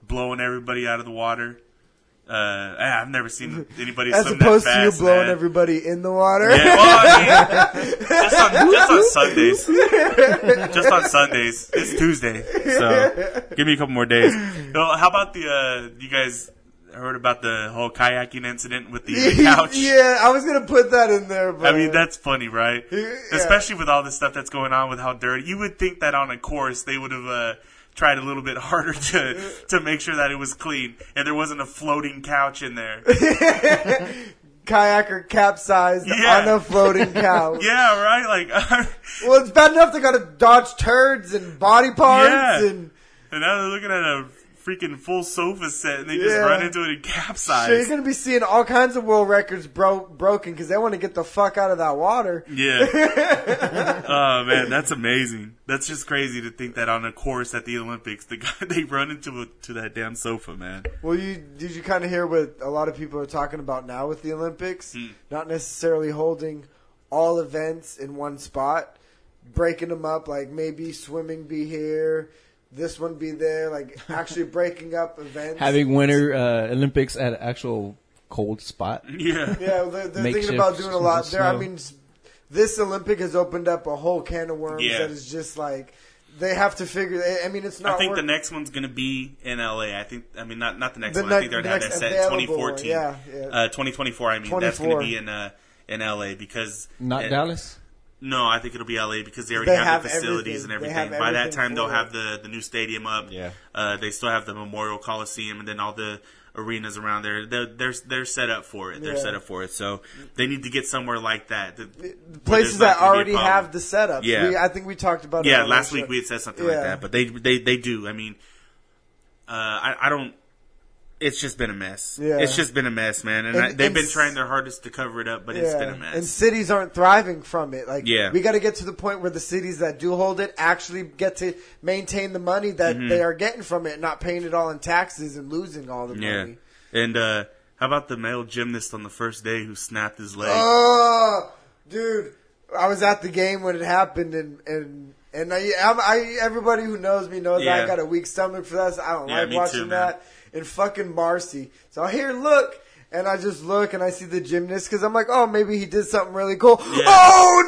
blowing everybody out of the water. Uh, eh, I've never seen anybody As swim opposed that to fast, you blowing man. everybody in the water. Yeah, well, I mean, just, on, just on [LAUGHS] Sundays. just on Sundays. It's Tuesday, so give me a couple more days. No, how about the? Uh, you guys heard about the whole kayaking incident with the couch? [LAUGHS] yeah, I was going to put that in there, but I mean, that's funny, right? Uh, Yeah. Especially with all the stuff that's going on with how dirty. You would think that on a course they would have uh, tried a little bit [LAUGHS] harder to to make sure that it was clean and there wasn't a floating couch in [LAUGHS] there. kayaker [LAUGHS] capsized Yeah. on a floating couch. yeah, right. Like, [LAUGHS] Well, it's bad enough they got to dodge turds and body parts Yeah. and and now they're looking at a freaking full sofa set and they just Yeah. run into it and So you're capsize. going to be seeing all kinds of world records bro- broken because they want to get the fuck out of that water. yeah. [LAUGHS] oh man, that's amazing. That's just crazy to think that on a course at the Olympics, the guy [LAUGHS] they run into a, to that damn sofa, man. Well, you did you kind of hear what a lot of people are talking about now with the Olympics? Hmm. Not necessarily holding all events in one spot, breaking them up. Like maybe swimming be here, this one be [LAUGHS] there. Like actually breaking up events. Having winter uh, Olympics at an actual cold spot. Yeah. yeah, they're, they're thinking Makeshift about doing a lot snow. there. I mean, s- this Olympic has opened up a whole can of worms Yeah. that is just like they have to figure. I mean, it's not. I think work- the next one's going to be in LA. I think. I mean, not not the next The one. ne- I think they're the going to have next that set in available one, 2014. yeah, yeah. Uh, 2024. I mean, that's going 24. to be in uh, in LA because Not uh, Dallas. No, I think it'll be LA because they already They have, the have facilities and everything. everything. They have By that everything time, they'll for have it. the the new stadium up. Yeah. Uh, they still have the Memorial Coliseum and then all the arenas around there. They're they're, they're set up for it. They're Yeah. set up for it. So they need to get somewhere like that. The, The places that already have the setup. Yeah. we, I think we talked about. it Yeah, on last our week show. we had said something Yeah. like that, but they they they do. I mean, uh, I I don't. It's just been a mess. Yeah. It's just been a mess, man. And, And- I, they've and been s- trying their hardest to cover it up, but it's been a And mess. cities aren't thriving from it. Like, Yeah. we got to get to the point where the cities that do hold it actually get to maintain the money that Mm-hmm. they are getting from it, not paying it all in taxes and losing all the yeah. money. And uh, how about the male gymnast on the first day who snapped his leg? Oh, dude, I was at the game when it happened, and and and I, I'm, I everybody who knows me knows Yeah. I got a weak stomach for that. So I don't Yeah, like me watching too, man. that. And fucking Marcy. So I hear look. And I just look and I see the gymnast because I'm like, oh, maybe he did something really cool. Yeah. Oh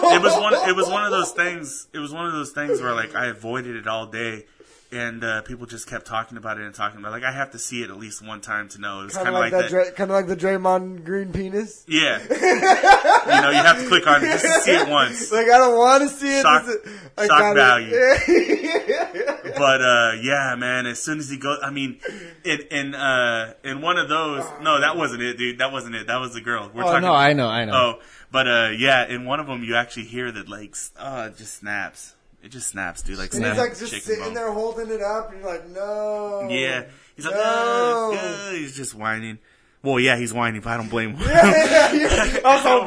no! it was one. It was one of [LAUGHS] those things. It was one of those things where like I avoided it all day, and uh, people just kept talking about it and talking about. it. Like I have to see it at least one time to know. It was Kind kind of like, that, Dra- kind of like the Draymond Green penis. [LAUGHS] Yeah. you know, you have to click on it just to see it once. Like I don't want to see it. Shock- This is- I shock gotta- [LAUGHS] But uh yeah, man, as soon as he goes I mean in in uh in one of those no, that wasn't it, dude. That wasn't it. That was the girl. We're Oh, talking no, I know, I know. Oh, but uh yeah, in one of them you actually hear that like s- oh, it just snaps. It just snaps, dude. Like and snap he's like just chicken sitting bone. there holding it up, and you're like, no. Yeah. He's like, No. "Ah, ah," he's just whining. Well, yeah, he's whining, but I don't blame him. [LAUGHS] I was like,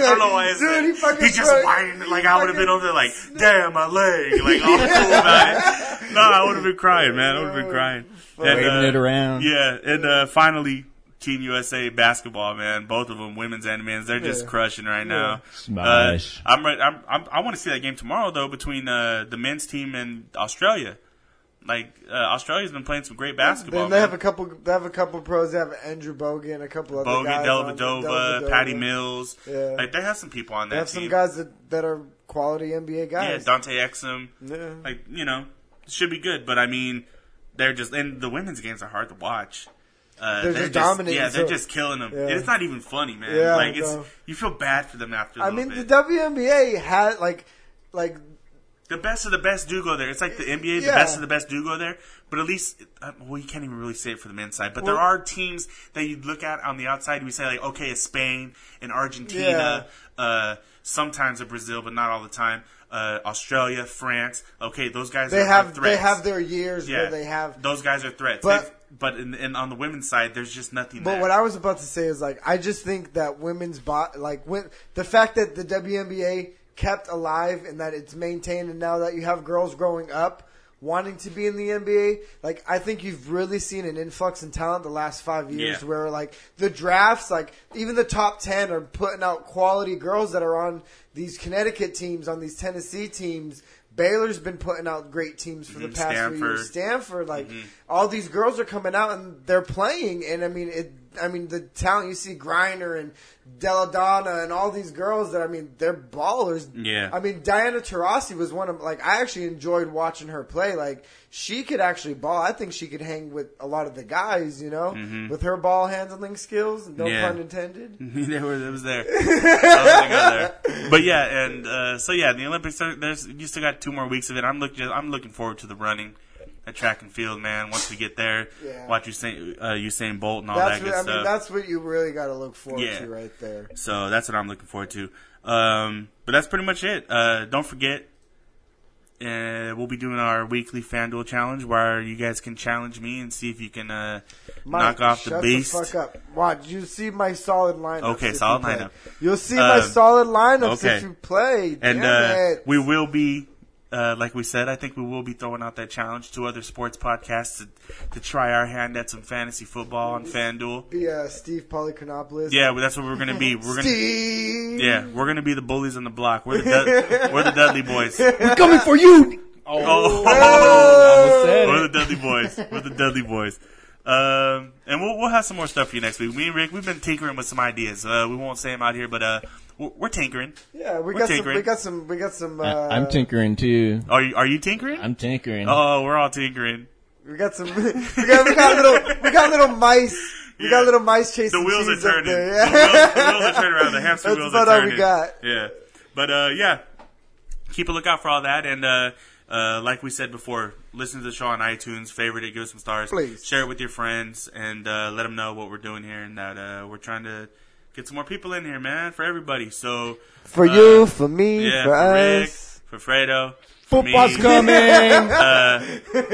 I Like, don't know why I said dude, he that. fucking He just broke- whining. Like, he I would have been fucking- over there like, damn, my leg. Like, [LAUGHS] all cool about it. No, I would have been crying, man. I would have been crying. And, Waving uh, it around. Yeah. And uh, finally, Team USA basketball, man. Both of them, women's and men's, they're just Yeah. crushing right now. Smash. Uh, I'm, re- I'm, I'm, I want to see that game tomorrow, though, between uh, the men's team and Australia. Like, uh, Australia's been playing some great basketball. Then they man. have a couple. They have a couple pros. They have Andrew Bogan, a couple other Bogan, guys. on there, Dellavedova, Dellavedova. Patty Mills. Yeah. Like they have some people on that They have team. some guys that, that are quality NBA yeah, guys. Dante Exum. Yeah. Like you know, should be good. But I mean, they're just and the women's games are hard to watch. Uh, They're just dominating, Yeah, they're so- just killing them. Yeah. It's not even funny, man. Yeah, I like it's know. you feel bad for them after. I I little mean, mean, bit. the WNBA had like like The best of the best do go there. It's like the NBA. The Yeah. best of the best do go there. But at least, uh, well, you can't even really say it for the men's side. But there Well- are teams that you look at on the outside. We say like, okay, it's Spain and Argentina, uh, sometimes a Brazil, but not all the time. Uh, Australia, France. Okay, those guys they are, are have they threats. have their years yeah, where they have those guys are threats. But- But but in, in, on the women's side, there's just nothing. But there. what I was about to say is like I just think that women's bot like when, the fact that the WNBA kept alive and that it's maintained and now that you have girls growing up wanting to be in the NBA, like I think you've really seen an influx in talent the last 5 years Yeah. where like the drafts like even the top 10 are putting out quality girls that are on these Connecticut teams, on these Tennessee teams. Baylor's been putting out great teams for the Mhm, past few Stanford. years. Stanford, like Mm-hmm. all these girls are coming out and they're playing, and I mean, it, I mean the talent you see Griner and Deladonna and all these girls that I mean they're ballers. Yeah. I mean Diana Taurasi was one of like I actually enjoyed watching her play. Like she could actually ball. I think she could hang with a lot of the guys, you know, with her ball handling skills. No Mm-hmm. Yeah. pun [LAUGHS] intended. there was, it was there. I was gonna go there. But yeah, and uh, so yeah, the Olympics. Are, there's you still got two more weeks of it. I'm looking. I'm looking forward to the running, the track and field, man. Once we get there, Yeah. watch Usain, uh, Usain Bolt and all That's that what, good I stuff. mean. That's what you really got to look forward Yeah. to right there. so that's what I'm looking forward to. Um, but that's pretty much it. Uh, don't forget. Uh, we'll be doing our weekly FanDuel challenge where you guys can challenge me and see if you can uh, knock off the shut beast. fuck up. Watch, you see my solid lineups. Okay, if you solid play. lineup. You'll see my Um, solid lineups okay. if you play. And Damn uh, it. we will be, uh, like we said, I think we will be throwing out that challenge to other sports podcasts to, to try our hand at some fantasy football on FanDuel. be uh, Steve Polychronopoulos. Yeah, well, that's what we're gonna be. We're gonna, Steve. yeah, we're gonna be the bullies on the block. We're the Dud- we're the Dudley [LAUGHS] boys. We're coming for [LAUGHS] you. [LAUGHS] Oh, Almost said we're it. the Dudley boys. We're the Dudley boys. Um, and we'll we'll have some more stuff for you next week. Me and Rick, we've been tinkering with some ideas. Uh, we won't say them out here, but uh, we're, we're tinkering. Yeah, we We're got some. tinkering. We got some. We got some. Uh, I, am tinkering too. Are you are you tinkering? I'm tinkering. oh, we're all tinkering. We got some. [LAUGHS] we, got, we got little. We got little mice. We Yeah. got little mice chasing. the wheels are cheese up turning. there, The, wheels, the wheels are turning around. The hamster That's wheels about are all we turning. got. Yeah, but uh, yeah, keep a lookout for all that. And uh, uh, like we said before, listen to the show on iTunes, favorite it, give us some stars, Please. share it with your friends, and uh, let them know what we're doing here and that uh, we're trying to get some more people in here, man, for everybody. So for uh, you, for me, yeah, for, Rick, us. for Fredo, for me. Football's coming. [LAUGHS] Uh,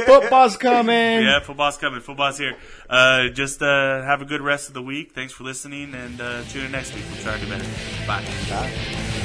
Football's coming. yeah, football's coming. Football's here. Uh, just uh, have a good rest of the week. Thanks for listening, and uh, tune in next week. We'll try to do better. Bye. Bye.